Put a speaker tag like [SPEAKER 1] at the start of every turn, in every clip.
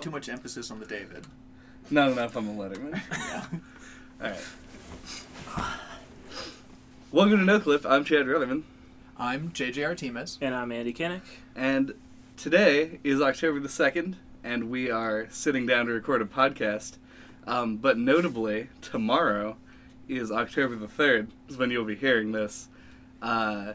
[SPEAKER 1] too much emphasis on the David.
[SPEAKER 2] Not enough on the Letterman.
[SPEAKER 1] Yeah.
[SPEAKER 2] All right. Welcome to No Clip. I'm Chad Rutherman,
[SPEAKER 1] I'm JJ Artemis.
[SPEAKER 3] And I'm Andy Kinnick.
[SPEAKER 2] and today is October the second, and we are sitting down to record a podcast. Um, but notably, tomorrow is October the third. Is when you'll be hearing this, uh,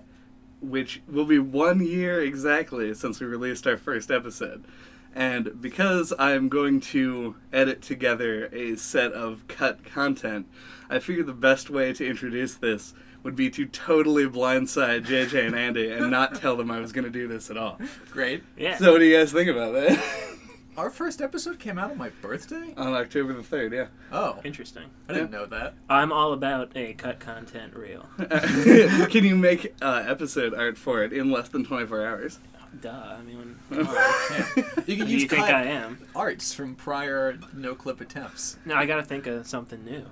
[SPEAKER 2] which will be one year exactly since we released our first episode. And because I'm going to edit together a set of cut content, I figured the best way to introduce this would be to totally blindside JJ and Andy and not tell them I was going to do this at all.
[SPEAKER 1] Great.
[SPEAKER 3] Yeah.
[SPEAKER 2] So, what do you guys think about that?
[SPEAKER 1] Our first episode came out on my birthday?
[SPEAKER 2] On October the 3rd, yeah.
[SPEAKER 1] Oh,
[SPEAKER 3] Interesting.
[SPEAKER 1] I didn't know that.
[SPEAKER 3] I'm all about a cut content reel.
[SPEAKER 2] Can you make uh, episode art for it in less than 24 hours?
[SPEAKER 3] Duh. I mean,
[SPEAKER 2] Yeah.
[SPEAKER 3] come on.
[SPEAKER 1] You
[SPEAKER 3] Who
[SPEAKER 1] can
[SPEAKER 3] do
[SPEAKER 1] use
[SPEAKER 3] Oh, you think
[SPEAKER 1] cut
[SPEAKER 3] I am?
[SPEAKER 1] arts from prior no clip attempts.
[SPEAKER 3] No, I gotta think of something new.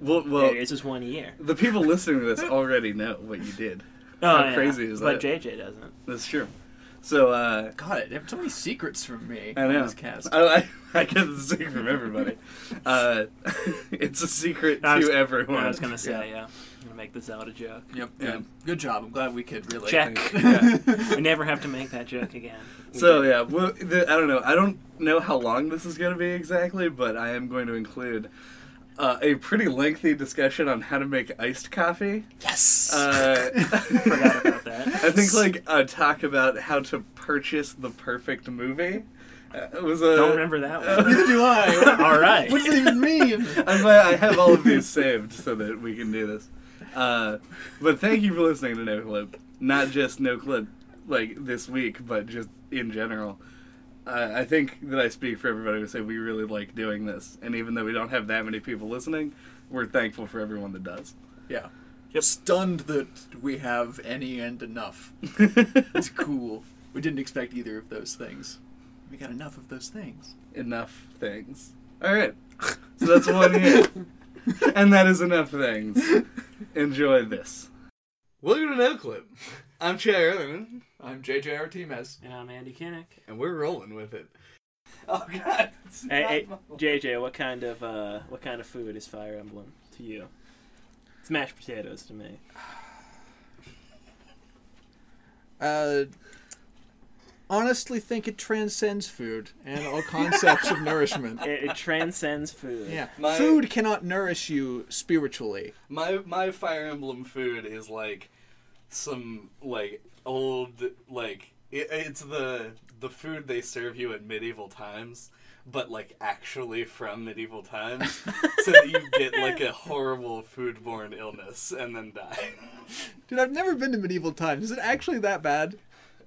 [SPEAKER 2] Well,
[SPEAKER 3] Well,
[SPEAKER 2] well
[SPEAKER 3] it's just one year.
[SPEAKER 2] the people listening to this already know what you did.
[SPEAKER 3] Oh,
[SPEAKER 2] How crazy is
[SPEAKER 3] but
[SPEAKER 2] that?
[SPEAKER 3] JJ doesn't.
[SPEAKER 2] That's true. So, uh,
[SPEAKER 1] God, they have so many secrets from me
[SPEAKER 2] I
[SPEAKER 1] on
[SPEAKER 2] know.
[SPEAKER 1] this cast.
[SPEAKER 2] I, I, I get the secret from everybody. Uh, it's a secret
[SPEAKER 3] I was-
[SPEAKER 2] to everyone.
[SPEAKER 3] I was gonna say, yeah. I'm gonna make this out a joke.
[SPEAKER 1] Yep.
[SPEAKER 2] Yeah.
[SPEAKER 1] Good. Good job. I'm glad we could really.
[SPEAKER 3] Check.
[SPEAKER 2] Yeah.
[SPEAKER 3] We never have to make that joke again. We
[SPEAKER 2] So
[SPEAKER 3] did.
[SPEAKER 2] yeah, well, the, I don't know. I don't know how long this is going to be exactly, but I am going to include uh, a pretty lengthy discussion on how to make iced coffee.
[SPEAKER 1] Yes.
[SPEAKER 2] Uh,
[SPEAKER 3] Forgot about that.
[SPEAKER 2] I think like a talk about how to purchase the perfect movie. Uh, it was a
[SPEAKER 3] Don't remember that one.
[SPEAKER 1] Neither do I.
[SPEAKER 3] All right.
[SPEAKER 1] What does it even mean?
[SPEAKER 2] I, might- I have all of these saved so that we can do this. Uh, but thank you for listening to No Clip. Not just No Clip, like this week, but just in general. Uh, I think that I speak for everybody to say we really like doing this. And even though we don't have that many people listening, we're thankful for everyone that does.
[SPEAKER 1] yeah.
[SPEAKER 3] Yep.
[SPEAKER 1] Stunned that we have any and enough. It's cool. We didn't expect either of those things. We got enough of those things.
[SPEAKER 2] enough things. All right. So that's one year. and that is enough things. Enjoy this. Welcome to No Clip. I'm Chad Erlerman,
[SPEAKER 1] I'm JJ Artemis,
[SPEAKER 3] And I'm Andy Kinnick.
[SPEAKER 2] and we're rolling with it. Oh, God. it's
[SPEAKER 3] Hey,
[SPEAKER 2] not
[SPEAKER 3] hey,
[SPEAKER 2] my-
[SPEAKER 3] JJ, what kind of uh, what kind of food is Fire Emblem to you? It's mashed potatoes to me.
[SPEAKER 1] Uh, honestly, think it transcends food and all concepts of nourishment.
[SPEAKER 3] It, it transcends food.
[SPEAKER 1] Yeah,
[SPEAKER 2] My-
[SPEAKER 1] food cannot nourish you spiritually.
[SPEAKER 2] My my Fire Emblem food is like some like old like it, it's the the food they serve you in medieval times, but like actually from medieval times, so that you get like a horrible foodborne illness and then die.
[SPEAKER 1] Dude, I've never been to medieval times. Is it actually that bad?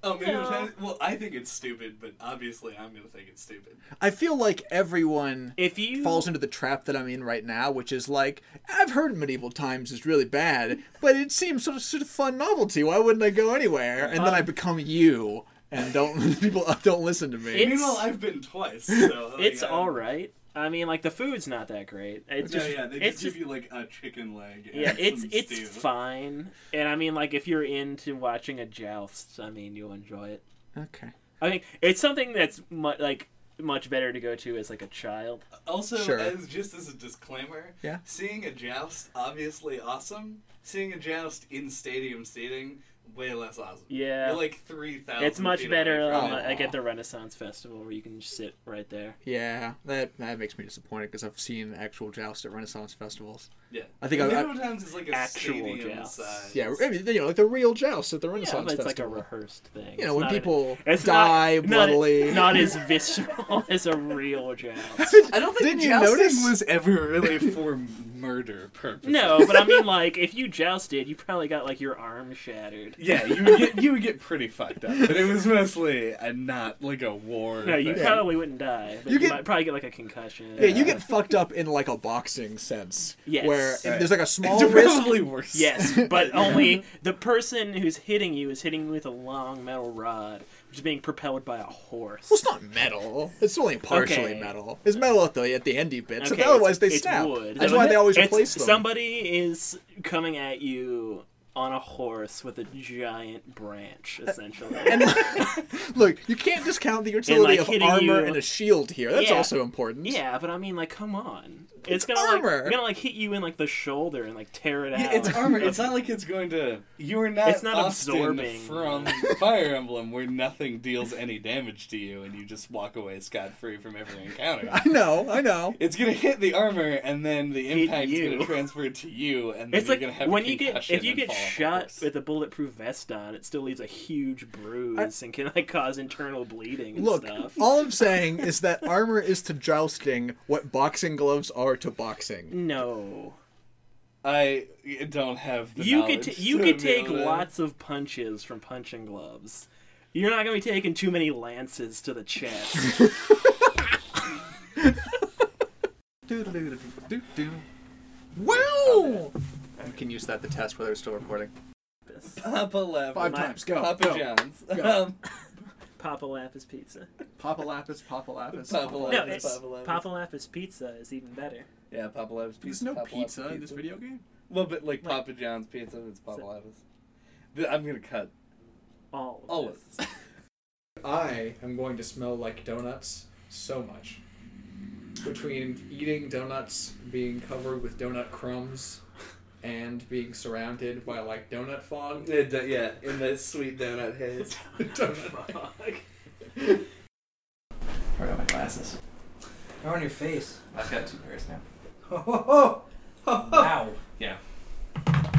[SPEAKER 2] Oh, medieval
[SPEAKER 3] No.
[SPEAKER 2] times. Well, I think it's stupid, but obviously I'm gonna think it's stupid.
[SPEAKER 1] I feel like everyone
[SPEAKER 3] If you
[SPEAKER 1] falls into the trap that I'm in right now, which is like, I've heard medieval times is really bad, but it seems sort of, sort of fun novelty. Why wouldn't I go anywhere? And
[SPEAKER 3] Uh,
[SPEAKER 1] then I become you, and don't people don't listen to me.
[SPEAKER 3] It's-
[SPEAKER 2] Meanwhile, I've been twice. So, like,
[SPEAKER 3] it's
[SPEAKER 2] I'm-
[SPEAKER 3] all right. I mean, like the food's not that great. It's
[SPEAKER 2] Yeah,
[SPEAKER 3] just
[SPEAKER 2] yeah, they just
[SPEAKER 3] it's
[SPEAKER 2] give
[SPEAKER 3] just,
[SPEAKER 2] you like a chicken leg. And
[SPEAKER 3] yeah, it's
[SPEAKER 2] some
[SPEAKER 3] it's
[SPEAKER 2] stew.
[SPEAKER 3] fine. And I mean, like if you're into watching a joust, I mean, you'll enjoy it.
[SPEAKER 1] okay.
[SPEAKER 3] I think it's something that's mu- like much better to go to as like a child.
[SPEAKER 2] Also,
[SPEAKER 1] Sure.
[SPEAKER 2] as just as a disclaimer,
[SPEAKER 1] Yeah.
[SPEAKER 2] seeing a joust obviously awesome. Seeing a joust in stadium seating way less awesome.
[SPEAKER 3] Yeah.
[SPEAKER 2] You're like three thousand.
[SPEAKER 3] It's much better
[SPEAKER 1] from
[SPEAKER 3] um,
[SPEAKER 1] it.
[SPEAKER 3] like at the Renaissance Festival where you can just sit right there.
[SPEAKER 1] Yeah, that that makes me disappointed because I've seen actual joust at Renaissance festivals.
[SPEAKER 2] Yeah,
[SPEAKER 1] I think I-
[SPEAKER 2] medieval times is like a
[SPEAKER 3] Actual
[SPEAKER 2] stadium
[SPEAKER 3] joust.
[SPEAKER 2] size.
[SPEAKER 1] Yeah, I mean, you know, like the real joust at the
[SPEAKER 3] Yeah,
[SPEAKER 1] Renaissance
[SPEAKER 3] but it's like a
[SPEAKER 1] festival.
[SPEAKER 3] rehearsed thing.
[SPEAKER 1] you know,
[SPEAKER 3] It's
[SPEAKER 1] when
[SPEAKER 3] not an-
[SPEAKER 1] people
[SPEAKER 3] It's
[SPEAKER 1] die
[SPEAKER 3] not, not-
[SPEAKER 1] bloodily.
[SPEAKER 3] Not, as visceral as a real joust.
[SPEAKER 2] I don't think
[SPEAKER 1] Didn't you
[SPEAKER 2] jousting
[SPEAKER 1] notice?
[SPEAKER 2] was ever really for murder purposes.
[SPEAKER 3] No, but I mean, like, if you jousted, you probably got, like, your arm shattered.
[SPEAKER 2] Yeah, you would get you would get pretty fucked up, but it was mostly a not like a war.
[SPEAKER 3] No, you
[SPEAKER 2] thing.
[SPEAKER 3] probably wouldn't die. But
[SPEAKER 1] You
[SPEAKER 3] you,
[SPEAKER 1] get-
[SPEAKER 3] might probably get, like, a concussion.
[SPEAKER 1] yeah, you get fucked up in like a boxing sense,
[SPEAKER 3] Yes.
[SPEAKER 1] where
[SPEAKER 2] Right.
[SPEAKER 1] there's like a small
[SPEAKER 2] It's
[SPEAKER 1] risk.
[SPEAKER 2] probably worse.
[SPEAKER 3] Yes, but only the person who's hitting you is hitting you with a long metal rod, which is being propelled by a horse.
[SPEAKER 1] Well, it's not metal. It's only partially
[SPEAKER 3] Okay.
[SPEAKER 1] metal. It's metal at the at the endy bit, so
[SPEAKER 3] Okay,
[SPEAKER 1] otherwise they
[SPEAKER 3] it's- it's
[SPEAKER 1] snap.
[SPEAKER 3] wood.
[SPEAKER 1] That's
[SPEAKER 3] So
[SPEAKER 1] why they always
[SPEAKER 3] it's-
[SPEAKER 1] replace them.
[SPEAKER 3] Somebody is coming at you on a horse with a giant branch, essentially.
[SPEAKER 1] And look, you can't discount the utility of
[SPEAKER 3] hitting
[SPEAKER 1] armor
[SPEAKER 3] you-
[SPEAKER 1] and a shield here. That's
[SPEAKER 3] Yeah.
[SPEAKER 1] also important.
[SPEAKER 3] yeah, but I mean, like, come on.
[SPEAKER 1] It's
[SPEAKER 3] It's, gonna
[SPEAKER 1] armor.
[SPEAKER 3] like gonna like hit you in like the shoulder and like tear it out.
[SPEAKER 2] Yeah, it's armor. It's not like it's going to. You are not.
[SPEAKER 3] It's not
[SPEAKER 2] Austin
[SPEAKER 3] absorbing.
[SPEAKER 2] from Fire Emblem, where nothing deals any damage to you, and you just walk away scot free from every encounter.
[SPEAKER 1] I know, I know.
[SPEAKER 2] It's gonna hit the armor, and then the
[SPEAKER 3] Hit
[SPEAKER 2] impact is
[SPEAKER 3] you.
[SPEAKER 2] gonna transfer to you, and then
[SPEAKER 3] It's
[SPEAKER 2] you're
[SPEAKER 3] like
[SPEAKER 2] gonna have
[SPEAKER 3] when
[SPEAKER 2] a
[SPEAKER 3] you get
[SPEAKER 2] concussion
[SPEAKER 3] if you
[SPEAKER 2] and
[SPEAKER 3] get
[SPEAKER 2] fall off the
[SPEAKER 3] shot
[SPEAKER 2] horse.
[SPEAKER 3] with a bulletproof vest on, it still leaves a huge bruise and can like cause internal bleeding and
[SPEAKER 1] Look,
[SPEAKER 3] stuff.
[SPEAKER 1] all I'm saying is that armor is to jousting what boxing gloves are to boxing.
[SPEAKER 3] no,
[SPEAKER 2] I don't have. The
[SPEAKER 3] you could
[SPEAKER 2] knowledge
[SPEAKER 3] ta- you
[SPEAKER 2] to
[SPEAKER 3] could
[SPEAKER 2] be able
[SPEAKER 3] take
[SPEAKER 2] to-
[SPEAKER 3] lots of punches from punching gloves. You're not gonna be taking too many lances to the chest.
[SPEAKER 1] Wow! We can use that to test whether it's still recording.
[SPEAKER 2] Papa Lap-
[SPEAKER 1] Five
[SPEAKER 3] My-
[SPEAKER 1] times. Go.
[SPEAKER 2] Papa
[SPEAKER 1] go.
[SPEAKER 2] John's.
[SPEAKER 1] Go.
[SPEAKER 2] Um,
[SPEAKER 3] Papa Lapis pizza.
[SPEAKER 1] Papa lapis, papa lapis.
[SPEAKER 2] Papa Lapis.
[SPEAKER 3] No,
[SPEAKER 2] Lapis,
[SPEAKER 3] it's
[SPEAKER 2] Papa Lapis.
[SPEAKER 3] Papa Lapis pizza is even better.
[SPEAKER 2] yeah, Papa Lapis pizza.
[SPEAKER 1] There's no
[SPEAKER 2] Papa Lapis
[SPEAKER 1] pizza in this video game.
[SPEAKER 2] Well, but like Papa John's pizza, it's Papa Lapis. Th- I'm gonna cut
[SPEAKER 3] All of
[SPEAKER 2] all
[SPEAKER 3] this.
[SPEAKER 2] of this.
[SPEAKER 1] I am going to smell like donuts so much. Between eating donuts, being covered with donut crumbs, and being surrounded by like donut fog.
[SPEAKER 2] Yeah, d- yeah, in that sweet donut haze.
[SPEAKER 3] Fuck.
[SPEAKER 4] Where are my glasses? They're on your face.
[SPEAKER 2] I've got two pairs now.
[SPEAKER 4] Wow.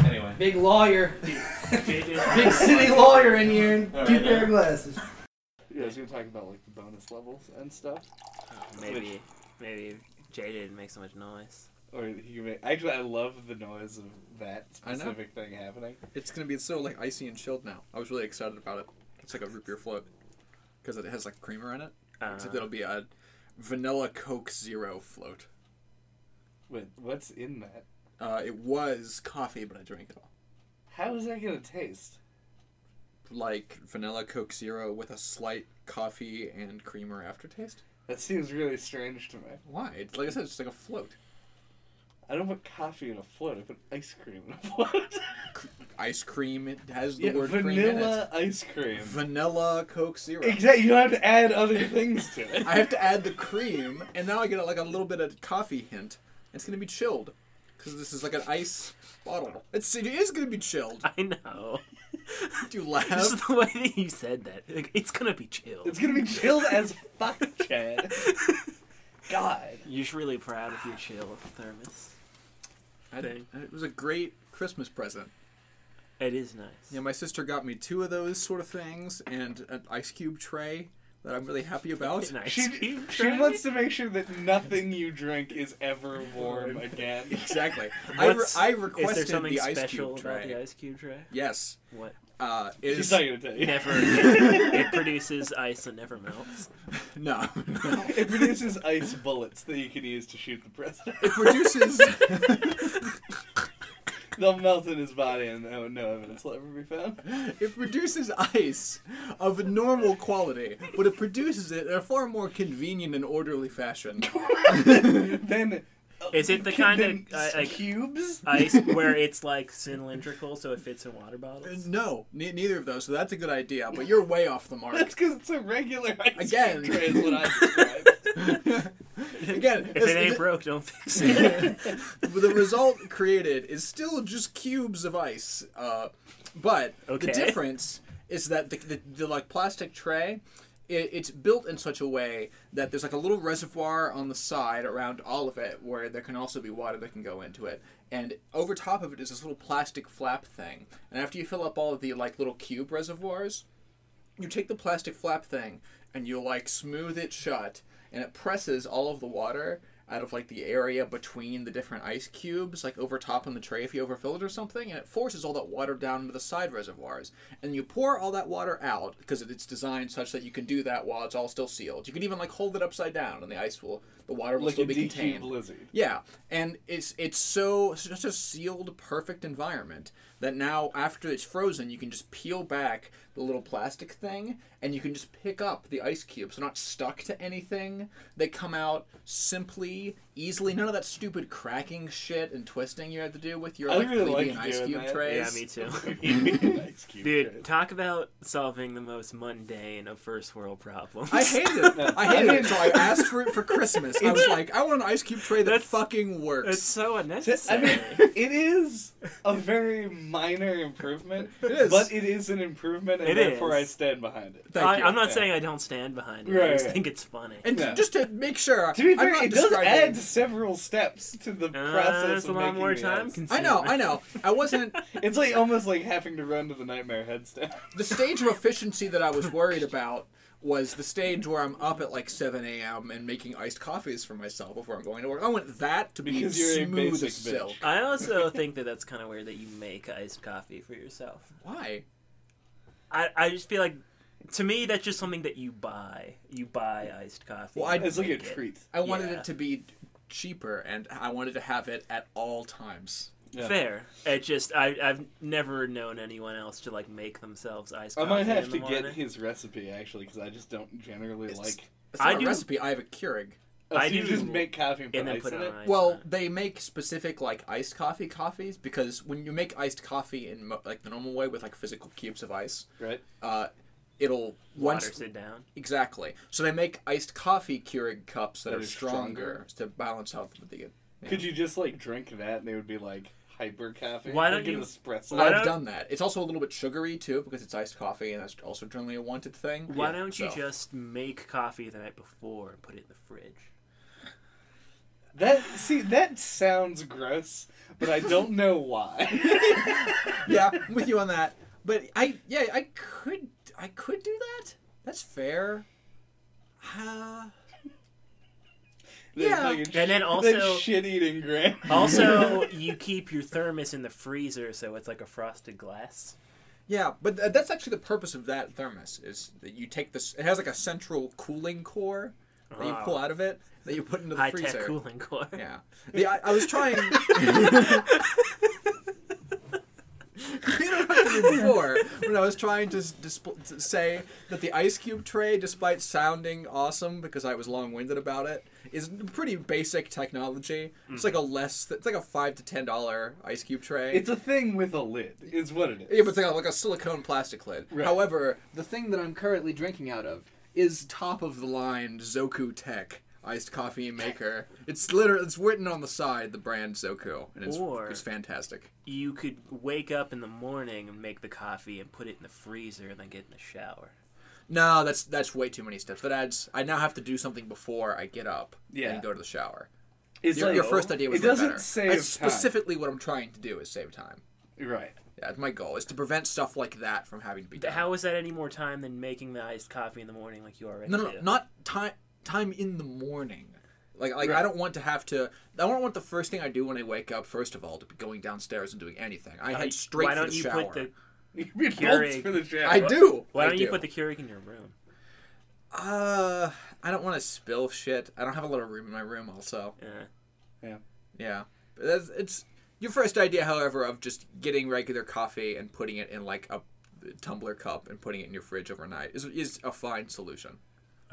[SPEAKER 2] Anyway.
[SPEAKER 4] Big lawyer.
[SPEAKER 3] JJ,
[SPEAKER 4] Big city lawyer in here.
[SPEAKER 2] All
[SPEAKER 4] Two
[SPEAKER 2] right,
[SPEAKER 4] pair
[SPEAKER 2] yeah.
[SPEAKER 4] of glasses.
[SPEAKER 2] You guys gonna talk about like the bonus levels and stuff,
[SPEAKER 5] Maybe, maybe Jay didn't make so much noise.
[SPEAKER 2] or he can make. Actually, I love the noise of that
[SPEAKER 1] I know.
[SPEAKER 2] specific thing happening.
[SPEAKER 1] It's gonna be so like icy and chilled now. I was really excited about it. It's like a root beer float because it has like creamer in it.
[SPEAKER 5] Uh,
[SPEAKER 1] Except it'll be a vanilla Coke Zero float.
[SPEAKER 2] Wait, what's in that?
[SPEAKER 1] Uh, it was coffee, but I drank it all.
[SPEAKER 2] How is that gonna taste?
[SPEAKER 1] Like vanilla Coke Zero with a slight coffee and creamer aftertaste.
[SPEAKER 2] That seems really strange to me.
[SPEAKER 1] Why? It's like I said, it's just like a float.
[SPEAKER 2] I don't put coffee in a float. I put ice cream in a float.
[SPEAKER 1] Ice cream it has the
[SPEAKER 2] yeah,
[SPEAKER 1] word cream in it.
[SPEAKER 2] vanilla ice cream.
[SPEAKER 1] Vanilla Coke Zero.
[SPEAKER 2] Exactly. You don't have to add other things to it.
[SPEAKER 1] I have to add the cream, and now I get like a little bit of coffee hint. It's gonna be chilled because this is like an ice bottle. It's it is gonna be chilled.
[SPEAKER 5] I know.
[SPEAKER 1] Do you laugh?
[SPEAKER 5] Just the way that you said that. Like, it's gonna be chill.
[SPEAKER 2] It's gonna be chilled as fuck, Chad. God.
[SPEAKER 5] You're just really proud of your chill thermos.
[SPEAKER 1] I did. Uh, It was a great Christmas present.
[SPEAKER 5] It is nice.
[SPEAKER 1] Yeah, my sister got me two of those sort of things and an ice cube tray that I'm really happy about.
[SPEAKER 5] It's nice.
[SPEAKER 2] She, she wants to make sure that nothing you drink is ever warm again.
[SPEAKER 1] Exactly. I, re-
[SPEAKER 5] What's-
[SPEAKER 1] I
[SPEAKER 5] Is there
[SPEAKER 1] requested
[SPEAKER 5] something
[SPEAKER 1] the ice
[SPEAKER 5] special
[SPEAKER 1] cube
[SPEAKER 5] about the
[SPEAKER 1] tray.
[SPEAKER 5] ice cube tray?
[SPEAKER 1] Yes.
[SPEAKER 5] What?
[SPEAKER 1] Uh, it is
[SPEAKER 2] She's not gonna tell you.
[SPEAKER 5] Never. it produces ice and never melts.
[SPEAKER 1] no. no.
[SPEAKER 2] It produces ice bullets that you can use to shoot the president.
[SPEAKER 1] It produces.
[SPEAKER 2] They'll melt in his body, and no, no evidence will ever be found.
[SPEAKER 1] It produces ice of normal quality, but it produces it in a far more convenient and orderly fashion.
[SPEAKER 2] Then uh,
[SPEAKER 5] Is it the kind of uh, like
[SPEAKER 2] cubes?
[SPEAKER 5] ice where it's like cylindrical, so it fits in water bottles?
[SPEAKER 1] No, ne- neither of those. So that's a good idea, but you're way off the
[SPEAKER 2] That's
[SPEAKER 1] mark.
[SPEAKER 2] because it's a regular ice
[SPEAKER 1] Again.
[SPEAKER 2] cube tray, is what I described.
[SPEAKER 1] Again,
[SPEAKER 5] If it
[SPEAKER 1] it's-
[SPEAKER 5] ain't broke, don't fix it.
[SPEAKER 1] the result created is still just cubes of ice, uh, but
[SPEAKER 5] Okay.
[SPEAKER 1] the difference is that the, the, the like plastic tray, it, it's built in such a way that there's like a little reservoir on the side around all of it where there can also be water that can go into it, and over top of it is this little plastic flap thing, and after you fill up all of the like little cube reservoirs, you take the plastic flap thing and you like smooth it shut and it presses all of the water out of like the area between the different ice cubes like over top on the tray if you overfill it or something and it forces all that water down into the side reservoirs and you pour all that water out because it's designed such that you can do that while it's all still sealed you can even like hold it upside down and the ice will the water will
[SPEAKER 2] Like
[SPEAKER 1] still
[SPEAKER 2] a
[SPEAKER 1] be
[SPEAKER 2] DQ
[SPEAKER 1] contained
[SPEAKER 2] blizzard.
[SPEAKER 1] yeah, and it's it's so such a sealed, perfect environment that now after it's frozen you can just peel back the little plastic thing and you can just pick up the ice cubes they're not stuck to anything they come out simply easily none of that stupid cracking shit and twisting you had to do with your
[SPEAKER 2] I
[SPEAKER 1] like,
[SPEAKER 2] really
[SPEAKER 1] plebeian
[SPEAKER 2] like
[SPEAKER 1] ice
[SPEAKER 2] doing
[SPEAKER 1] cube
[SPEAKER 2] that.
[SPEAKER 3] Yeah,
[SPEAKER 1] trays
[SPEAKER 3] me too.
[SPEAKER 2] Ice cube
[SPEAKER 3] Dude,
[SPEAKER 2] trays.
[SPEAKER 3] talk about solving the most mundane of first world problems.
[SPEAKER 1] I hated it. I hated it. So I asked for it for Christmas. I was like, I want an ice cube tray that
[SPEAKER 3] That's-
[SPEAKER 1] fucking works.
[SPEAKER 3] It's so
[SPEAKER 2] I
[SPEAKER 3] unnecessary.
[SPEAKER 2] mean, it is a very minor improvement,
[SPEAKER 1] It is.
[SPEAKER 2] but it is an improvement, and
[SPEAKER 3] It
[SPEAKER 2] therefore
[SPEAKER 3] is.
[SPEAKER 2] I stand behind it.
[SPEAKER 1] Thank
[SPEAKER 3] I,
[SPEAKER 1] you.
[SPEAKER 3] am not
[SPEAKER 2] Yeah.
[SPEAKER 3] saying I don't stand behind it. I
[SPEAKER 2] Right,
[SPEAKER 3] just
[SPEAKER 2] right.
[SPEAKER 3] think it's funny.
[SPEAKER 1] And
[SPEAKER 2] Yeah.
[SPEAKER 1] just to make sure,
[SPEAKER 2] To be
[SPEAKER 1] I'm
[SPEAKER 2] fair,
[SPEAKER 1] not
[SPEAKER 2] it does
[SPEAKER 1] describing-
[SPEAKER 2] add several steps to the
[SPEAKER 3] Uh,
[SPEAKER 2] process
[SPEAKER 3] that's
[SPEAKER 2] of
[SPEAKER 3] a lot
[SPEAKER 2] making
[SPEAKER 3] more
[SPEAKER 2] the
[SPEAKER 3] time
[SPEAKER 2] ice.
[SPEAKER 1] I know, I know. I wasn't
[SPEAKER 2] It's like almost like having to run to the nightmare head step.
[SPEAKER 1] the stage of efficiency that I was worried about was the stage where I'm up at like 7 a.m. and making iced coffees for myself before I'm going to work. I want that to be
[SPEAKER 2] Because you're a
[SPEAKER 1] smooth
[SPEAKER 2] basic
[SPEAKER 1] as silk.
[SPEAKER 3] I also think that that's kind of weird that you make iced coffee for yourself.
[SPEAKER 1] Why?
[SPEAKER 3] I, I just feel like, to me, that's just something that you buy. You buy iced coffee.
[SPEAKER 1] Well, I-
[SPEAKER 3] and
[SPEAKER 2] It's like a
[SPEAKER 3] drink it.
[SPEAKER 2] treat.
[SPEAKER 1] I wanted
[SPEAKER 3] Yeah.
[SPEAKER 1] it to be cheaper, and I wanted to have it at all times.
[SPEAKER 2] Yeah.
[SPEAKER 3] Fair. It just I I've never known anyone else to like make themselves iced
[SPEAKER 2] I
[SPEAKER 3] coffee.
[SPEAKER 2] might have
[SPEAKER 3] in
[SPEAKER 2] to
[SPEAKER 3] the
[SPEAKER 2] get
[SPEAKER 3] morning.
[SPEAKER 2] his recipe actually because I just don't generally
[SPEAKER 1] It's-
[SPEAKER 2] like.
[SPEAKER 1] It's not
[SPEAKER 3] I
[SPEAKER 1] a
[SPEAKER 3] do-
[SPEAKER 1] recipe. I have a Keurig.
[SPEAKER 2] Oh,
[SPEAKER 3] I
[SPEAKER 2] so you
[SPEAKER 3] do-
[SPEAKER 2] just make coffee and put
[SPEAKER 3] and then
[SPEAKER 2] ice
[SPEAKER 3] put it
[SPEAKER 2] in
[SPEAKER 3] on
[SPEAKER 2] it.
[SPEAKER 3] ice.
[SPEAKER 1] Well,
[SPEAKER 3] on it.
[SPEAKER 1] they make specific like iced coffee coffees because when you make iced coffee in mo- like the normal way with like physical cubes of ice,
[SPEAKER 2] Right.
[SPEAKER 1] uh, it'll once
[SPEAKER 3] waters it down.
[SPEAKER 1] exactly. So they make iced coffee Keurig cups that,
[SPEAKER 2] That
[SPEAKER 1] are
[SPEAKER 2] are
[SPEAKER 1] stronger, to balance out the. Yeah.
[SPEAKER 2] Could you just like drink that and it would be like hyper coffee?
[SPEAKER 3] Why
[SPEAKER 2] like
[SPEAKER 3] don't
[SPEAKER 2] an
[SPEAKER 3] you-
[SPEAKER 2] espresso?
[SPEAKER 3] why
[SPEAKER 1] I've
[SPEAKER 3] don't-
[SPEAKER 1] done that. It's also a little bit sugary too because it's iced coffee, and that's also generally a wanted thing.
[SPEAKER 3] Why don't you
[SPEAKER 1] So,
[SPEAKER 3] just make coffee the night before and put it in the fridge?
[SPEAKER 2] That see that sounds gross, but I don't know why.
[SPEAKER 1] Yeah, I'm with you on that. But I yeah I could I could do that. That's fair. Uh, Yeah.
[SPEAKER 3] And then also-
[SPEAKER 2] shit eating Grant.
[SPEAKER 3] Also, you keep your thermos in the freezer so it's like a frosted glass.
[SPEAKER 1] Yeah, but th- that's actually the purpose of that thermos is that you take this. It has like a central cooling core that you
[SPEAKER 3] Ah.
[SPEAKER 1] pull out of it that you put into the
[SPEAKER 3] High
[SPEAKER 1] freezer.
[SPEAKER 3] tech cooling core.
[SPEAKER 1] Yeah, the, I, I was trying. you know what I did before when I was trying to, s- displ- to say that the ice cube tray, despite sounding awesome because I was long-winded about it, is pretty basic technology. It's like a less. It's like a five to ten dollar ice cube tray.
[SPEAKER 2] It's a thing with a lid, is what it is.
[SPEAKER 1] Yeah, but it's like a, like a silicone plastic lid.
[SPEAKER 2] Right.
[SPEAKER 1] However, the thing that I'm currently drinking out of is top of the line Zoku Tech iced coffee maker. It's literally it's written on the side the brand Zoku, and it's
[SPEAKER 3] Or-
[SPEAKER 1] it's fantastic.
[SPEAKER 3] You could wake up in the morning and make the coffee and put it in the freezer and then get in the shower.
[SPEAKER 1] No, that's that's way too many steps. That adds. I now have to do something before I get up
[SPEAKER 2] Yeah.
[SPEAKER 1] and go to the shower.
[SPEAKER 2] it's
[SPEAKER 1] Your, your first idea was
[SPEAKER 2] it
[SPEAKER 1] way
[SPEAKER 2] doesn't
[SPEAKER 1] better.
[SPEAKER 2] save
[SPEAKER 1] that's
[SPEAKER 2] time.
[SPEAKER 1] specifically what I'm trying to do is save time.
[SPEAKER 2] right.
[SPEAKER 1] Yeah, that's my goal is to prevent stuff like that from having to be done.
[SPEAKER 3] How is that any more time than making the iced coffee in the morning like you already
[SPEAKER 1] No, no,
[SPEAKER 3] do?
[SPEAKER 1] no, not time. Time in the morning. Like, like I don't want to have to. I don't want the first thing I do when I wake up, first of all, to be going downstairs and doing anything. I head straight
[SPEAKER 3] Why
[SPEAKER 1] for
[SPEAKER 3] don't
[SPEAKER 1] the
[SPEAKER 3] you
[SPEAKER 1] shower.
[SPEAKER 3] put the
[SPEAKER 2] You need bolts
[SPEAKER 3] Keurig.
[SPEAKER 2] for the shower.
[SPEAKER 1] I do.
[SPEAKER 3] Why
[SPEAKER 1] I
[SPEAKER 3] don't you
[SPEAKER 1] do.
[SPEAKER 3] put the Keurig in your room?
[SPEAKER 1] Uh, I don't want to spill shit. I don't have a lot of room in my room. Also,
[SPEAKER 3] Yeah.
[SPEAKER 1] yeah, but that's, it's your first idea, however, of just getting regular coffee and putting it in like a tumbler cup and putting it in your fridge overnight is is a fine solution.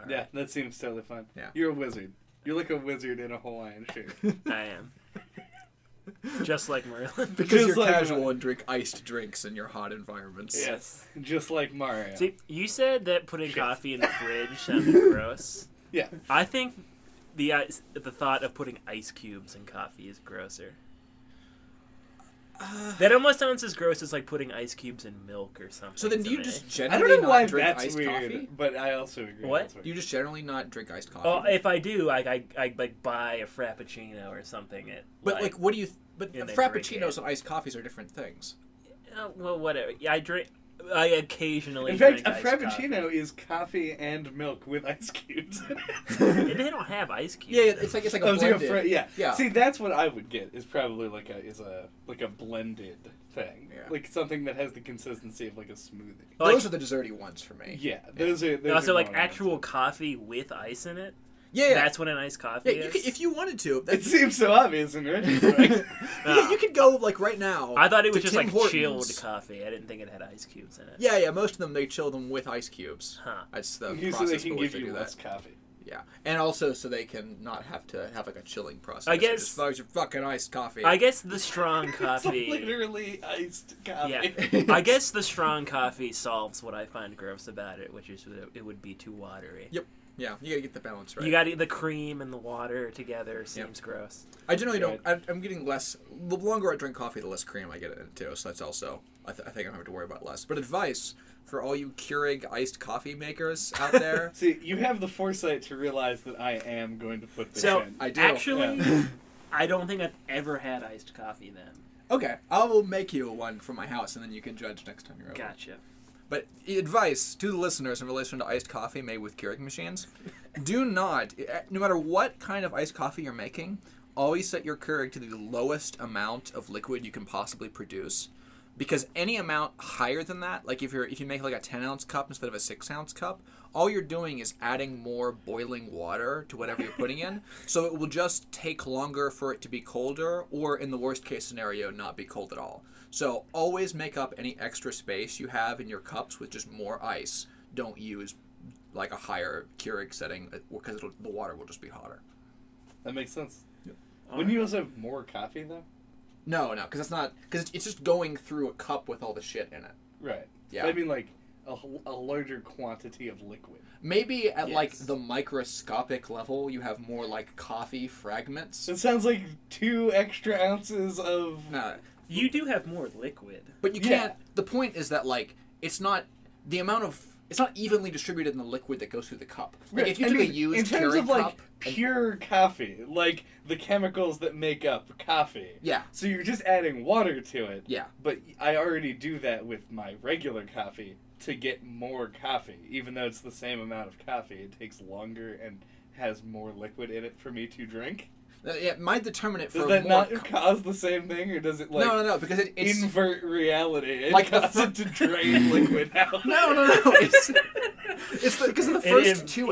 [SPEAKER 2] Yeah, that seems totally fine.
[SPEAKER 1] Yeah.
[SPEAKER 2] You're a wizard. You're like a wizard in a Hawaiian shirt.
[SPEAKER 3] I am. Just like Merlin.
[SPEAKER 1] Because
[SPEAKER 2] Just
[SPEAKER 1] you're
[SPEAKER 2] like-
[SPEAKER 1] casual and drink iced drinks in your hot environments.
[SPEAKER 2] yes. Just like Mario.
[SPEAKER 3] See, you said that putting coffee in the fridge sounded gross.
[SPEAKER 2] Yeah.
[SPEAKER 3] I think the ice, the thought of putting ice cubes in coffee is grosser.
[SPEAKER 1] Uh,
[SPEAKER 3] that almost sounds as gross as like putting ice cubes in milk or something.
[SPEAKER 1] So then, do
[SPEAKER 3] to
[SPEAKER 1] you
[SPEAKER 3] me.
[SPEAKER 1] just
[SPEAKER 2] I
[SPEAKER 1] generally
[SPEAKER 2] don't know
[SPEAKER 1] not
[SPEAKER 2] why
[SPEAKER 1] drink
[SPEAKER 2] that's
[SPEAKER 1] iced
[SPEAKER 2] weird,
[SPEAKER 1] coffee?
[SPEAKER 2] but I also agree.
[SPEAKER 3] What?
[SPEAKER 2] that's weird.
[SPEAKER 1] You just generally not drink iced coffee.
[SPEAKER 3] Well, Oh, if I do, I, I, I like buy a frappuccino or something. At,
[SPEAKER 1] but like, what do you? But
[SPEAKER 3] Yeah, they break
[SPEAKER 1] frappuccinos
[SPEAKER 3] it.
[SPEAKER 1] and iced coffees are different things.
[SPEAKER 3] uh, well, whatever. Yeah, I drink. I occasionally.
[SPEAKER 2] In fact,
[SPEAKER 3] drink
[SPEAKER 2] a
[SPEAKER 3] iced
[SPEAKER 2] frappuccino is coffee and milk with ice cubes. in
[SPEAKER 3] coffee.
[SPEAKER 2] it.
[SPEAKER 3] they don't have ice cubes.
[SPEAKER 1] Yeah, yeah, it's like it's like a
[SPEAKER 2] Oh, so you're
[SPEAKER 1] blended.
[SPEAKER 2] fra- yeah.
[SPEAKER 1] Yeah.
[SPEAKER 2] See, that's what I would get is probably like a is a like a blended thing,
[SPEAKER 1] Yeah.
[SPEAKER 2] like something that has the consistency of like a smoothie.
[SPEAKER 3] Like-
[SPEAKER 1] Those are the desserty ones for me.
[SPEAKER 2] Yeah, those are those
[SPEAKER 3] also
[SPEAKER 2] are
[SPEAKER 3] like
[SPEAKER 2] more
[SPEAKER 3] actual coffee with ice in it.
[SPEAKER 2] ones.
[SPEAKER 1] Yeah, yeah.
[SPEAKER 5] That's what an iced coffee
[SPEAKER 1] yeah, you
[SPEAKER 5] is.
[SPEAKER 1] could, if you wanted to.
[SPEAKER 2] It
[SPEAKER 1] That's,
[SPEAKER 2] seems so obvious in retrospect.
[SPEAKER 1] yeah, you could go like right now.
[SPEAKER 5] I thought it was
[SPEAKER 1] to
[SPEAKER 5] just
[SPEAKER 1] Tim
[SPEAKER 5] like
[SPEAKER 1] Hortons.
[SPEAKER 5] chilled coffee. I didn't think it had ice cubes in it.
[SPEAKER 1] Yeah, yeah. Most of them they chill them with ice cubes.
[SPEAKER 5] Huh.
[SPEAKER 1] That's the
[SPEAKER 2] so
[SPEAKER 1] process
[SPEAKER 2] they
[SPEAKER 1] by
[SPEAKER 2] can
[SPEAKER 1] which
[SPEAKER 2] give
[SPEAKER 1] they do
[SPEAKER 2] you less
[SPEAKER 1] that.
[SPEAKER 2] coffee.
[SPEAKER 1] Yeah, and also so they can not have to have like a chilling process.
[SPEAKER 5] I
[SPEAKER 1] They
[SPEAKER 5] guess-
[SPEAKER 1] just throws your fucking iced coffee.
[SPEAKER 5] I guess the strong
[SPEAKER 2] It's
[SPEAKER 5] coffee.
[SPEAKER 2] literally iced coffee.
[SPEAKER 5] Yeah. I guess the strong coffee solves what I find gross about it, which is that it would be too watery.
[SPEAKER 1] yeah, you gotta get the balance right.
[SPEAKER 5] You got to the cream and the water together. Seems gross.
[SPEAKER 1] I generally don't. I, I'm getting less. The longer I drink coffee, the less cream I get in it too. So that's also. I, th- I think I'm having to worry about less. But advice for all you Keurig iced coffee makers out there.
[SPEAKER 2] See, you have the foresight to realize that I am going to put this
[SPEAKER 5] So
[SPEAKER 2] in.
[SPEAKER 1] I do.
[SPEAKER 5] actually,
[SPEAKER 2] Yeah.
[SPEAKER 5] I don't think I've ever had iced coffee. Then
[SPEAKER 1] Okay, I will make you one from my house, and then you can judge next time you're over.
[SPEAKER 5] gotcha.
[SPEAKER 1] But advice to the listeners in relation to iced coffee made with Keurig machines: do not, eh, no matter what kind of iced coffee you're making, always set your Keurig to the lowest amount of liquid you can possibly produce, because any amount higher than that, like if you're if you make like a 10 ounce cup instead of a six ounce cup, all you're doing is adding more boiling water to whatever you're putting in, so it will just take longer for it to be colder, or in the worst case scenario, not be cold at all. So always make up any extra space you have in your cups with just more ice. Don't use like a higher Keurig setting uh, because the water will just be hotter.
[SPEAKER 2] That makes sense. Wouldn't you also have more coffee though?
[SPEAKER 1] No, no, because it's not because it's just going through a cup with all the shit in it.
[SPEAKER 2] Right.
[SPEAKER 1] Yeah.
[SPEAKER 2] But I mean, like a, whole- a larger quantity of liquid.
[SPEAKER 1] Maybe at like
[SPEAKER 2] Yes.
[SPEAKER 1] the microscopic level, you have more like coffee fragments.
[SPEAKER 2] It sounds like two extra ounces of.
[SPEAKER 1] No,
[SPEAKER 5] You do have more liquid.
[SPEAKER 1] but you
[SPEAKER 2] Yeah.
[SPEAKER 1] can't. The point is that like it's not the amount of it's not evenly distributed in the liquid that goes through the cup. Like if you
[SPEAKER 2] I
[SPEAKER 1] took
[SPEAKER 2] mean,
[SPEAKER 1] a used
[SPEAKER 2] in terms
[SPEAKER 1] Keurig
[SPEAKER 2] of like
[SPEAKER 1] cup, and-
[SPEAKER 2] pure coffee, like the chemicals that make up coffee.
[SPEAKER 1] yeah,
[SPEAKER 2] So you're just adding water to it.
[SPEAKER 1] yeah.
[SPEAKER 2] But I already do that with my regular coffee to get more coffee. Even though it's the same amount of coffee, it takes longer and has more liquid in it for me to drink.
[SPEAKER 1] Uh, yeah, my determinant
[SPEAKER 2] Does
[SPEAKER 1] for
[SPEAKER 2] that
[SPEAKER 1] more
[SPEAKER 2] not
[SPEAKER 1] co-
[SPEAKER 2] cause the same thing, or does it like
[SPEAKER 1] no, no, no, because it, it's
[SPEAKER 2] invert reality and
[SPEAKER 1] Like the
[SPEAKER 2] cause
[SPEAKER 1] fir-
[SPEAKER 2] it to drain liquid out?
[SPEAKER 1] no, no, no. It's it's because the,
[SPEAKER 5] It
[SPEAKER 1] first
[SPEAKER 5] in-
[SPEAKER 1] two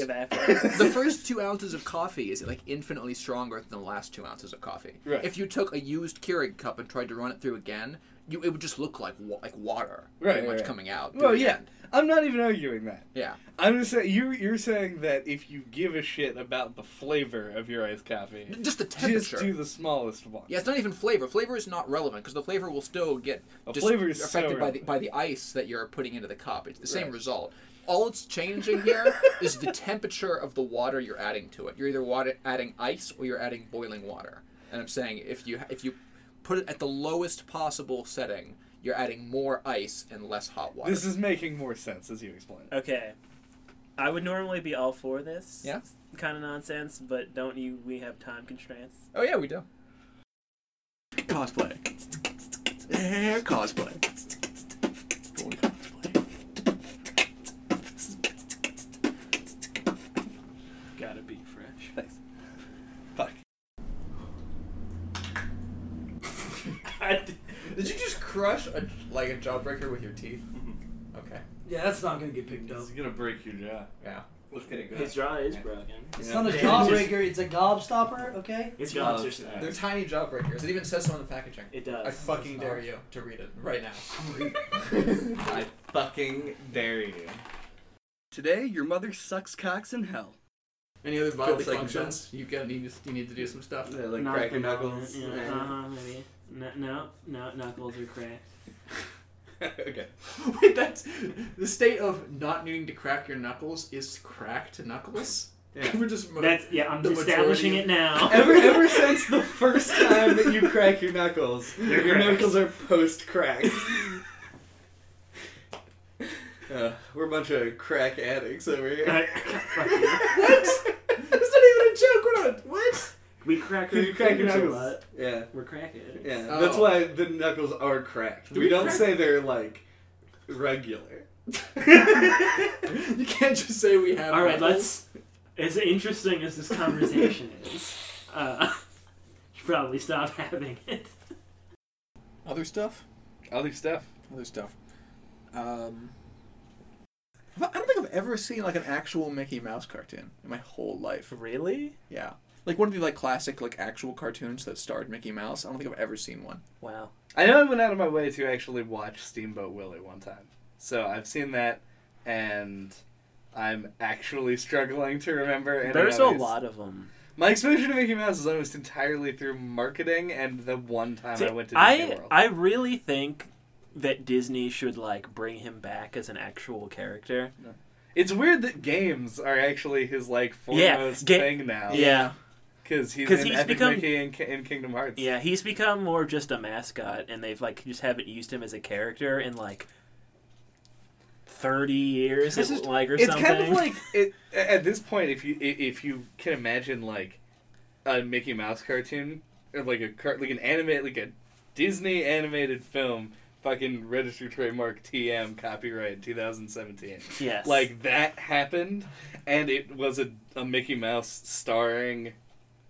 [SPEAKER 1] ounces,
[SPEAKER 5] evaporates.
[SPEAKER 1] the first two ounces of coffee is like infinitely stronger than the last two ounces of coffee.
[SPEAKER 2] Right.
[SPEAKER 1] If you took a used Keurig cup and tried to run it through again, you it would just look like wa- like water,
[SPEAKER 2] Right,
[SPEAKER 1] pretty
[SPEAKER 2] right,
[SPEAKER 1] much
[SPEAKER 2] right.
[SPEAKER 1] coming out.
[SPEAKER 2] Well,
[SPEAKER 1] through the
[SPEAKER 2] yeah,
[SPEAKER 1] end.
[SPEAKER 2] I'm not even arguing that.
[SPEAKER 1] yeah.
[SPEAKER 2] I'm just saying you you're saying that if you give a shit about the flavor of your iced coffee,
[SPEAKER 1] Just the
[SPEAKER 2] just
[SPEAKER 1] temperature.
[SPEAKER 2] do the smallest one.
[SPEAKER 1] yeah, it's not even flavor. Flavor is not relevant because the flavor will still get
[SPEAKER 2] The
[SPEAKER 1] dis-
[SPEAKER 2] flavor is so
[SPEAKER 1] affected by the
[SPEAKER 2] relevant.
[SPEAKER 1] by the ice that you're putting into the cup. It's the same
[SPEAKER 2] Right.
[SPEAKER 1] result. All it's changing here is the temperature of the water you're adding to it. You're either water adding ice or you're adding boiling water. And I'm saying if you if you put it at the lowest possible setting, you're adding more ice and less hot water.
[SPEAKER 2] This is making more sense as you explain it.
[SPEAKER 5] Okay. I would normally be all for this.
[SPEAKER 1] Yeah.
[SPEAKER 5] Kind of nonsense, but don't you? We have time constraints.
[SPEAKER 1] oh yeah, we do.
[SPEAKER 2] Cosplay. Eh, cosplay.
[SPEAKER 5] Gotta be fresh.
[SPEAKER 2] Thanks. Fuck.
[SPEAKER 1] Did you just crush a like a jawbreaker with your teeth?
[SPEAKER 2] Mm-hmm.
[SPEAKER 1] Okay.
[SPEAKER 4] Yeah, that's not gonna get picked up.
[SPEAKER 2] This is gonna break your jaw.
[SPEAKER 1] Yeah.
[SPEAKER 2] Look at it
[SPEAKER 5] His jaw is broken.
[SPEAKER 4] It's
[SPEAKER 2] Yeah.
[SPEAKER 4] not a
[SPEAKER 5] Yeah,
[SPEAKER 4] jawbreaker, it's a gobstopper, okay?
[SPEAKER 5] His
[SPEAKER 2] Yeah.
[SPEAKER 5] jaws are stacked.
[SPEAKER 1] They're tiny jawbreakers. It even says so on the packaging.
[SPEAKER 5] It does.
[SPEAKER 1] I fucking
[SPEAKER 4] It's not.
[SPEAKER 1] dare you to read it right now.
[SPEAKER 2] I fucking dare you. Today, your mother sucks cocks in hell.
[SPEAKER 1] Any other
[SPEAKER 2] bodily functions?
[SPEAKER 1] You got need you need to do some stuff.
[SPEAKER 2] like
[SPEAKER 5] Not
[SPEAKER 2] cracking
[SPEAKER 5] banana,
[SPEAKER 2] knuckles.
[SPEAKER 5] Yeah. Uh-huh, maybe. No, no, no, knuckles are cracked.
[SPEAKER 2] okay.
[SPEAKER 1] Wait, that's the state of not needing to crack your knuckles is cracked knuckles.
[SPEAKER 2] Yeah.
[SPEAKER 1] We're just
[SPEAKER 5] That's yeah. I'm
[SPEAKER 1] The
[SPEAKER 5] establishing it
[SPEAKER 1] majority
[SPEAKER 5] now.
[SPEAKER 2] Ever ever since the first time that you crack your knuckles,
[SPEAKER 5] They're
[SPEAKER 2] your
[SPEAKER 5] cracked.
[SPEAKER 2] knuckles are post crack. Uh, we're a bunch of crack addicts over here.
[SPEAKER 5] Fuck you.
[SPEAKER 1] what? That's not even a joke. We're not what?
[SPEAKER 5] we crack our
[SPEAKER 2] You crack your
[SPEAKER 5] fingers a
[SPEAKER 2] knuckles.
[SPEAKER 5] lot.
[SPEAKER 2] Yeah.
[SPEAKER 5] We're cracking.
[SPEAKER 2] Yeah.
[SPEAKER 1] Oh.
[SPEAKER 2] That's why the knuckles are cracked.
[SPEAKER 1] Do
[SPEAKER 2] we
[SPEAKER 1] we
[SPEAKER 2] don't
[SPEAKER 1] crack-
[SPEAKER 2] say they're like regular.
[SPEAKER 1] You can't just say we have.
[SPEAKER 5] All right,
[SPEAKER 1] knuckles.
[SPEAKER 5] let's. As interesting as this conversation is, uh, should probably stop having it.
[SPEAKER 1] other stuff.
[SPEAKER 2] Other stuff.
[SPEAKER 1] Other stuff. Um. I don't think I've ever seen like an actual Mickey Mouse cartoon in my whole life.
[SPEAKER 3] Really?
[SPEAKER 1] Yeah, like one of the like classic like actual cartoons that starred Mickey Mouse. I don't think I've ever seen one.
[SPEAKER 3] Wow.
[SPEAKER 2] I know I went out of my way to actually watch Steamboat Willie one time. So I've seen that, and I'm actually struggling to remember. any
[SPEAKER 3] There's a
[SPEAKER 2] of these.
[SPEAKER 3] lot of them.
[SPEAKER 2] My exposure to Mickey Mouse is almost entirely through marketing and the one time I went to Disney
[SPEAKER 3] I
[SPEAKER 2] World.
[SPEAKER 3] I really think that Disney should like bring him back as an actual character.
[SPEAKER 2] It's weird that games are actually his like
[SPEAKER 3] Yeah,
[SPEAKER 2] foremost
[SPEAKER 3] ga-
[SPEAKER 2] thing now.
[SPEAKER 3] Yeah.
[SPEAKER 2] because he's
[SPEAKER 3] 'Cause
[SPEAKER 2] in
[SPEAKER 3] he's
[SPEAKER 2] Epic
[SPEAKER 3] become-
[SPEAKER 2] Mickey and Ki- in Kingdom Hearts.
[SPEAKER 3] Yeah, he's become more of just a mascot, and they've like just haven't used him as a character in like thirty years,
[SPEAKER 1] This
[SPEAKER 3] it
[SPEAKER 1] is-
[SPEAKER 3] looked like or
[SPEAKER 2] it's
[SPEAKER 3] something.
[SPEAKER 2] kind of like it, at this point, if you i- if you can imagine like a Mickey Mouse cartoon or like a car, like an anime like a Disney animated film, fucking register trademark TM copyright 2017.
[SPEAKER 3] yes,
[SPEAKER 2] Like that happened, and it was a a Mickey Mouse starring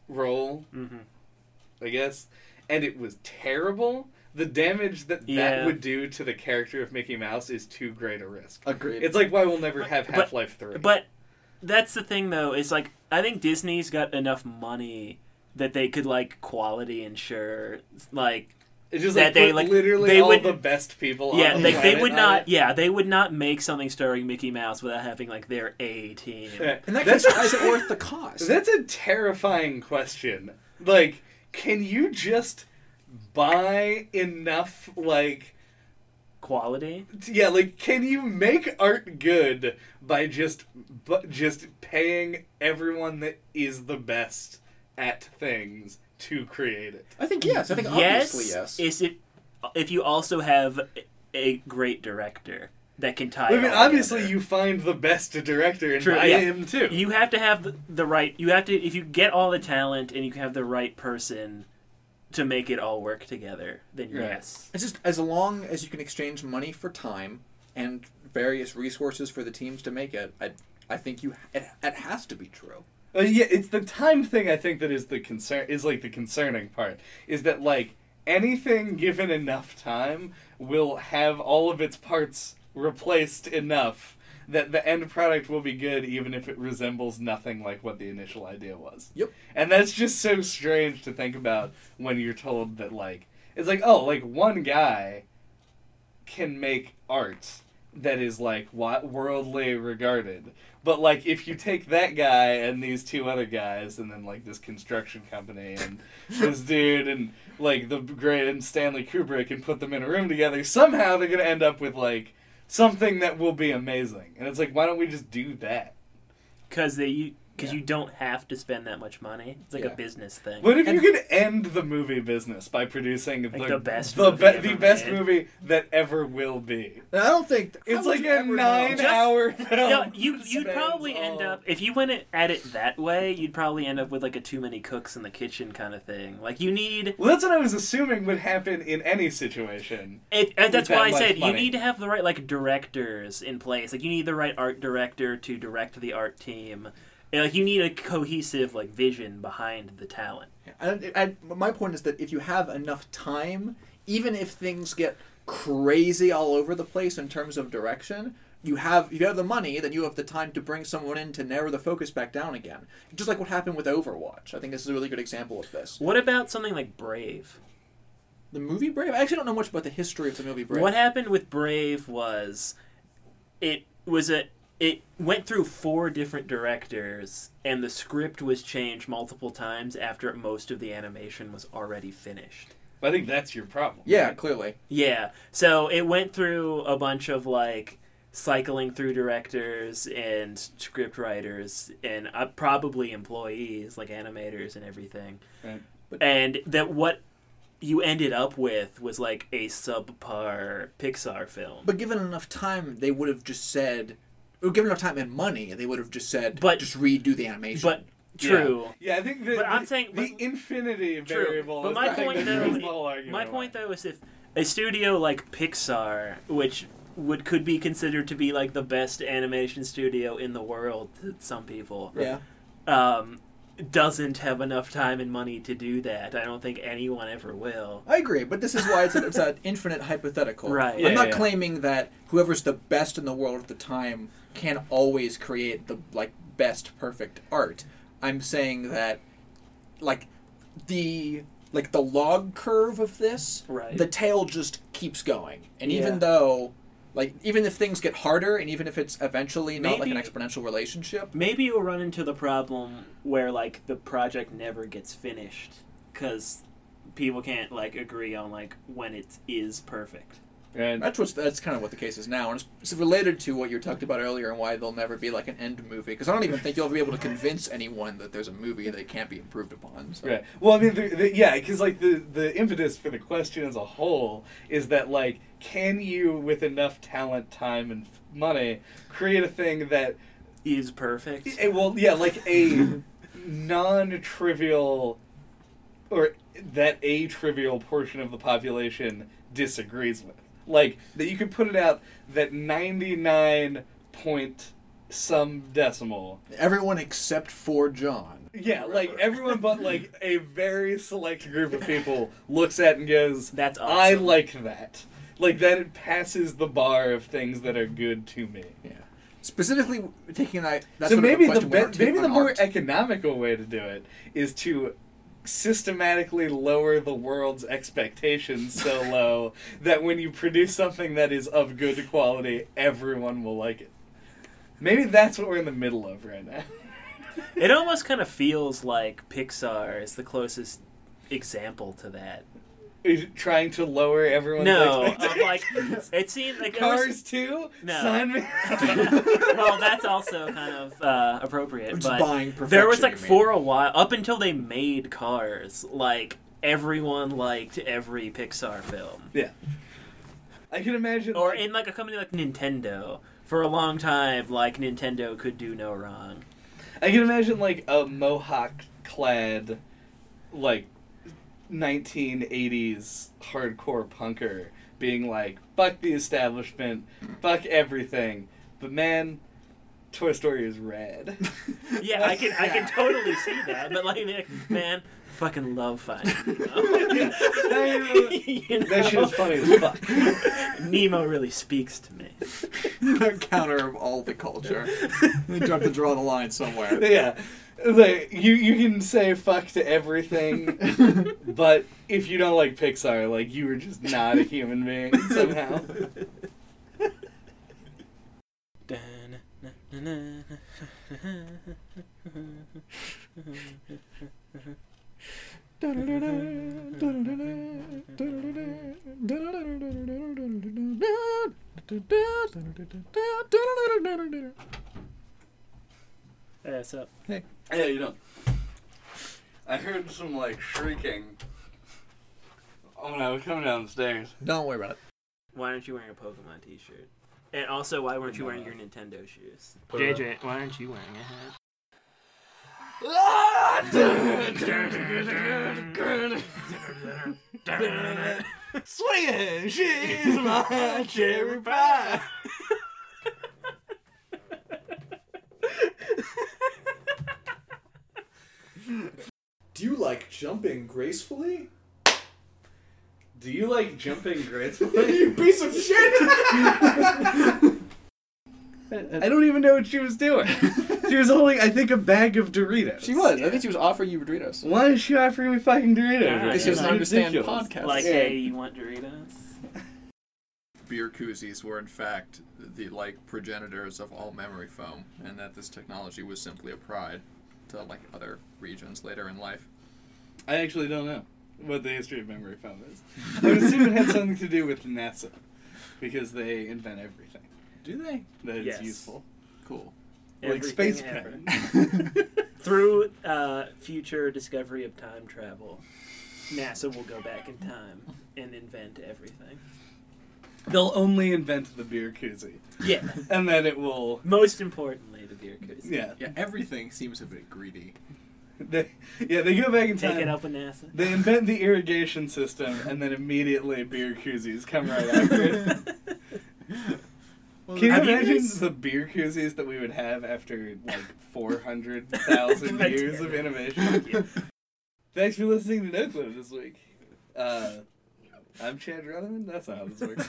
[SPEAKER 2] role.
[SPEAKER 3] hmm
[SPEAKER 2] I guess, and it was terrible. The damage that that
[SPEAKER 3] Yeah.
[SPEAKER 2] would do to the character of Mickey Mouse is too great a risk.
[SPEAKER 1] Agreed.
[SPEAKER 2] It's like why we'll never have
[SPEAKER 3] but-
[SPEAKER 2] Half Life Three.
[SPEAKER 3] But that's the thing, though. Is like I think Disney's got enough money that they could like quality ensure like
[SPEAKER 2] it's just
[SPEAKER 3] that
[SPEAKER 2] like,
[SPEAKER 3] they,
[SPEAKER 2] put
[SPEAKER 3] like,
[SPEAKER 2] literally
[SPEAKER 3] they
[SPEAKER 2] all
[SPEAKER 3] would-
[SPEAKER 2] the best people.
[SPEAKER 3] yeah
[SPEAKER 2] on
[SPEAKER 3] they,
[SPEAKER 2] the
[SPEAKER 3] they
[SPEAKER 2] planet
[SPEAKER 3] would
[SPEAKER 2] on
[SPEAKER 3] not
[SPEAKER 2] it.
[SPEAKER 3] yeah they would not make something starring Mickey Mouse without having like their A team.
[SPEAKER 2] Yeah.
[SPEAKER 1] In that
[SPEAKER 2] That's-
[SPEAKER 1] case, why is it worth the cost?
[SPEAKER 2] That's a terrifying question. Like, can you just buy enough like
[SPEAKER 3] Quality.
[SPEAKER 2] yeah like can you make art good by just but just paying everyone that is the best at things to create it
[SPEAKER 1] I think yes. I think
[SPEAKER 3] yes,
[SPEAKER 1] obviously yes.
[SPEAKER 3] Is if if you also have a great director that can tie.
[SPEAKER 2] I
[SPEAKER 3] it
[SPEAKER 2] mean,
[SPEAKER 3] all
[SPEAKER 2] obviously,
[SPEAKER 3] together.
[SPEAKER 2] you find the best director, and
[SPEAKER 3] True,
[SPEAKER 2] I
[SPEAKER 3] yeah.
[SPEAKER 2] am too.
[SPEAKER 3] you have to have the- the right. You have to if you get all the talent and you have the right person to make it all work together. Then
[SPEAKER 2] Right.
[SPEAKER 3] yes,
[SPEAKER 1] It's just as long as you can exchange money for time and various resources for the teams to make it. I, I think you it, it has to be true.
[SPEAKER 2] Uh, yeah, it's the time thing. I think that is the concern. Is like the concerning part. Is that like anything given enough time will have all of its parts replaced enough that the end product will be good, even if it resembles nothing like what the initial idea was.
[SPEAKER 1] Yep.
[SPEAKER 2] And that's just so strange to think about when you're told that like it's like oh like one guy can make art that is like wa- worldly regarded. But like if you take that guy and these two other guys and then like this construction company and this dude and like the great and Stanley Kubrick and put them in a room together, somehow they're gonna end up with like something that will be amazing. And it's like why don't we just do that?
[SPEAKER 3] because they you because you don't have to spend that much money. It's like
[SPEAKER 1] Yeah.
[SPEAKER 3] a business thing.
[SPEAKER 2] What if
[SPEAKER 1] And-
[SPEAKER 2] you could end the movie business by producing the,
[SPEAKER 3] the best
[SPEAKER 2] the,
[SPEAKER 3] movie
[SPEAKER 2] be-
[SPEAKER 3] ever
[SPEAKER 2] the best
[SPEAKER 3] made.
[SPEAKER 2] movie that ever will be?
[SPEAKER 1] And I don't think
[SPEAKER 2] It's
[SPEAKER 1] how would
[SPEAKER 2] like
[SPEAKER 1] you
[SPEAKER 2] a
[SPEAKER 1] ever know?
[SPEAKER 2] nine
[SPEAKER 3] Just-
[SPEAKER 2] hour film.
[SPEAKER 3] No, you
[SPEAKER 2] that
[SPEAKER 3] you'd
[SPEAKER 2] spans
[SPEAKER 3] probably end
[SPEAKER 2] all-
[SPEAKER 3] up if you went at it that way, you'd probably end up with like a too many cooks in the kitchen kind of thing. Like you need
[SPEAKER 2] Well, that's what I was assuming would happen in any situation.
[SPEAKER 3] It, uh, that's
[SPEAKER 2] that
[SPEAKER 3] why I
[SPEAKER 2] much
[SPEAKER 3] said you
[SPEAKER 2] money.
[SPEAKER 3] need to have the right like directors in place. Like you need the right art director to direct the art team. And, like you need a cohesive like vision behind the talent.
[SPEAKER 1] I, I, my point is that if you have enough time, even if things get crazy all over the place in terms of direction, you have if you have the money, then you have the time to bring someone in to narrow the focus back down again. Just like what happened with Overwatch. I think this is a really good example of this.
[SPEAKER 3] What about something like Brave?
[SPEAKER 1] The movie Brave. I actually don't know much about the history of the movie Brave.
[SPEAKER 3] What happened with Brave was it was a it went through four different directors and the script was changed multiple times after most of the animation was already finished.
[SPEAKER 2] I think that's your problem.
[SPEAKER 1] yeah, clearly.
[SPEAKER 3] Yeah. So it went through a bunch of like cycling through directors and script writers and uh, probably employees like animators and everything.
[SPEAKER 2] Right.
[SPEAKER 3] And that what you ended up with was like a subpar Pixar film.
[SPEAKER 1] But given enough time, they would have just said, or given enough time and money, they would have just said,
[SPEAKER 3] But-
[SPEAKER 1] just redo the animation.
[SPEAKER 3] But true.
[SPEAKER 2] Yeah, I think that
[SPEAKER 3] But I'm
[SPEAKER 2] the,
[SPEAKER 3] saying-
[SPEAKER 2] the
[SPEAKER 3] but-
[SPEAKER 2] infinity
[SPEAKER 3] True.
[SPEAKER 2] variable.
[SPEAKER 3] But
[SPEAKER 2] is
[SPEAKER 3] my
[SPEAKER 2] the thing
[SPEAKER 3] point,
[SPEAKER 2] that
[SPEAKER 3] though,
[SPEAKER 2] ruins the whole argument
[SPEAKER 3] My
[SPEAKER 2] away.
[SPEAKER 3] point though is if a studio like Pixar, which would could be considered to be like the best animation studio in the world to some people,
[SPEAKER 1] yeah,
[SPEAKER 3] um,
[SPEAKER 5] doesn't have enough time and money to do that. I don't think anyone ever will.
[SPEAKER 1] I agree, but this is why it's, a, it's an infinite hypothetical.
[SPEAKER 5] Right.
[SPEAKER 1] I'm
[SPEAKER 2] Yeah,
[SPEAKER 1] not
[SPEAKER 2] yeah.
[SPEAKER 1] claiming that whoever's the best in the world at the time can always create the like best perfect art. I'm saying that like the like the log curve of this,
[SPEAKER 5] Right.
[SPEAKER 1] the tail just keeps going. And
[SPEAKER 5] Yeah.
[SPEAKER 1] even though like even if things get harder and even if it's eventually not like an
[SPEAKER 5] Maybe-
[SPEAKER 1] exponential relationship,
[SPEAKER 5] Maybe you'll run into the problem where like the project never gets finished because people can't like agree on like when it is perfect.
[SPEAKER 2] And
[SPEAKER 1] That's what's that's kind of what the case is now, and it's, it's related to what you talked about earlier and why there'll never be like an end movie. Because I don't even think you'll be able to convince anyone that there's a movie that can't be improved upon. So.
[SPEAKER 2] Right. Well, I mean, the, the, yeah, because like the the impetus for the question as a whole is that like, can you, with enough talent, time, and f- money, create a thing that,
[SPEAKER 5] Is perfect.
[SPEAKER 2] eh, well, yeah, like a non-trivial, or that a trivial portion of the population disagrees with, like that you could put it out that ninety-nine point some decimal
[SPEAKER 1] Everyone except for John.
[SPEAKER 2] Yeah, like everyone but like a very select group of people looks at and goes,
[SPEAKER 5] That's awesome.
[SPEAKER 2] I like that. Like that it passes the bar of things that are good to me.
[SPEAKER 1] Yeah. Specifically, taking that. That's sort of
[SPEAKER 2] so
[SPEAKER 1] a
[SPEAKER 2] maybe the
[SPEAKER 1] question we
[SPEAKER 2] be-
[SPEAKER 1] don't take
[SPEAKER 2] maybe the
[SPEAKER 1] on
[SPEAKER 2] more
[SPEAKER 1] art.
[SPEAKER 2] economical way to do it is to systematically lower the world's expectations so low that when you produce something that is of good quality, everyone will like it. Maybe that's what we're in the middle of right now.
[SPEAKER 5] It almost kind of feels like Pixar is the closest example to that.
[SPEAKER 2] Is it trying to lower everyone's
[SPEAKER 5] no, of
[SPEAKER 2] expectations.
[SPEAKER 5] like it seemed like there was-
[SPEAKER 2] Cars too?
[SPEAKER 5] No.
[SPEAKER 2] Sign me.
[SPEAKER 5] well, that's also kind of uh, appropriate.
[SPEAKER 1] It's
[SPEAKER 5] but
[SPEAKER 1] buying
[SPEAKER 5] there was
[SPEAKER 1] perfection,
[SPEAKER 5] like
[SPEAKER 1] you mean.
[SPEAKER 5] for a while up until they made Cars, like everyone liked every Pixar film,
[SPEAKER 2] yeah. I can imagine.
[SPEAKER 5] or
[SPEAKER 2] like,
[SPEAKER 5] in like a company like Nintendo. For a long time, like Nintendo could do no wrong.
[SPEAKER 2] I can imagine like a mohawk-clad, like, 1980s hardcore punker being like, "Fuck the establishment, fuck everything," but man, Toy Story is rad.
[SPEAKER 5] Yeah, I can I can totally see that. But like, man, fucking love finding Nemo. You know?
[SPEAKER 2] That shit is funny as fuck.
[SPEAKER 5] Nemo really speaks to me.
[SPEAKER 1] counter of all the culture. we have to draw the line somewhere.
[SPEAKER 2] yeah. Like you, you can say fuck to everything, but if you don't like Pixar, like you were just not a human being somehow.
[SPEAKER 5] Hey, what's up?
[SPEAKER 2] Yeah, you don't. I heard some like shrieking when I was coming down the stairs.
[SPEAKER 1] Don't worry about it.
[SPEAKER 5] Why aren't you wearing a Pokemon T-shirt? And also, why weren't you wearing your Nintendo shoes?
[SPEAKER 6] JJ, why aren't you wearing a hat?
[SPEAKER 2] Swinging, she's my cherry pie.
[SPEAKER 7] Do you like jumping gracefully?
[SPEAKER 2] Do you like jumping gracefully?
[SPEAKER 7] you piece of shit!
[SPEAKER 2] I don't even know what she was doing. She was holding, I think, a bag of Doritos.
[SPEAKER 1] She was. I think she was offering you Doritos.
[SPEAKER 2] Why is she offering me fucking Doritos?
[SPEAKER 5] Yeah,
[SPEAKER 2] right
[SPEAKER 1] Because
[SPEAKER 5] This
[SPEAKER 1] she doesn't
[SPEAKER 2] now? It's
[SPEAKER 1] understand
[SPEAKER 2] ridiculous.
[SPEAKER 1] podcasts.
[SPEAKER 5] Like,
[SPEAKER 2] Yeah.
[SPEAKER 5] hey, you want Doritos?
[SPEAKER 8] beer koozies were in fact the like progenitors of all memory foam and that this technology was simply applied to like other regions later in life
[SPEAKER 2] I actually don't know what the history of memory foam is. I would assume it had something to do with NASA because they invent everything. Do they? That is
[SPEAKER 5] Yes.
[SPEAKER 2] useful.
[SPEAKER 1] Cool.
[SPEAKER 2] like space
[SPEAKER 5] Everything
[SPEAKER 2] pen.
[SPEAKER 5] ever. Through uh, future discovery of time travel, NASA will go back in time and invent everything.
[SPEAKER 2] They'll only invent the beer koozie.
[SPEAKER 5] Yeah.
[SPEAKER 2] And then it will.
[SPEAKER 5] Most importantly, the beer koozie.
[SPEAKER 2] Yeah.
[SPEAKER 8] yeah everything seems a bit greedy
[SPEAKER 2] They, yeah, they go back in time.
[SPEAKER 5] Take it up with NASA.
[SPEAKER 2] They invent the irrigation system, and then immediately beer koozies come right after it. Can you
[SPEAKER 3] Have you
[SPEAKER 2] imagine
[SPEAKER 3] guys-
[SPEAKER 2] the beer koozies that we would have after like 400,000 years of animation? Thanks for listening to No Clip this week. Uh, I'm Chad Rutherman. That's not how this works.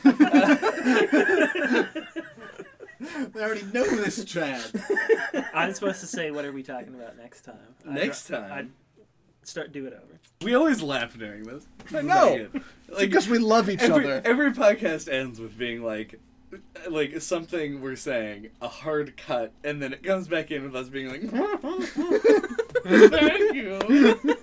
[SPEAKER 1] I already know this, Chad.
[SPEAKER 9] I'm supposed to say, what are we talking about next time? I
[SPEAKER 2] Next
[SPEAKER 9] dro-
[SPEAKER 2] time.
[SPEAKER 9] I start do it over.
[SPEAKER 2] We always laugh during this.
[SPEAKER 1] I know.
[SPEAKER 2] Like
[SPEAKER 1] because we love each
[SPEAKER 2] every,
[SPEAKER 1] other.
[SPEAKER 2] every podcast ends with being like like something we're saying, a hard cut, and then it comes back in with us being like Thank you.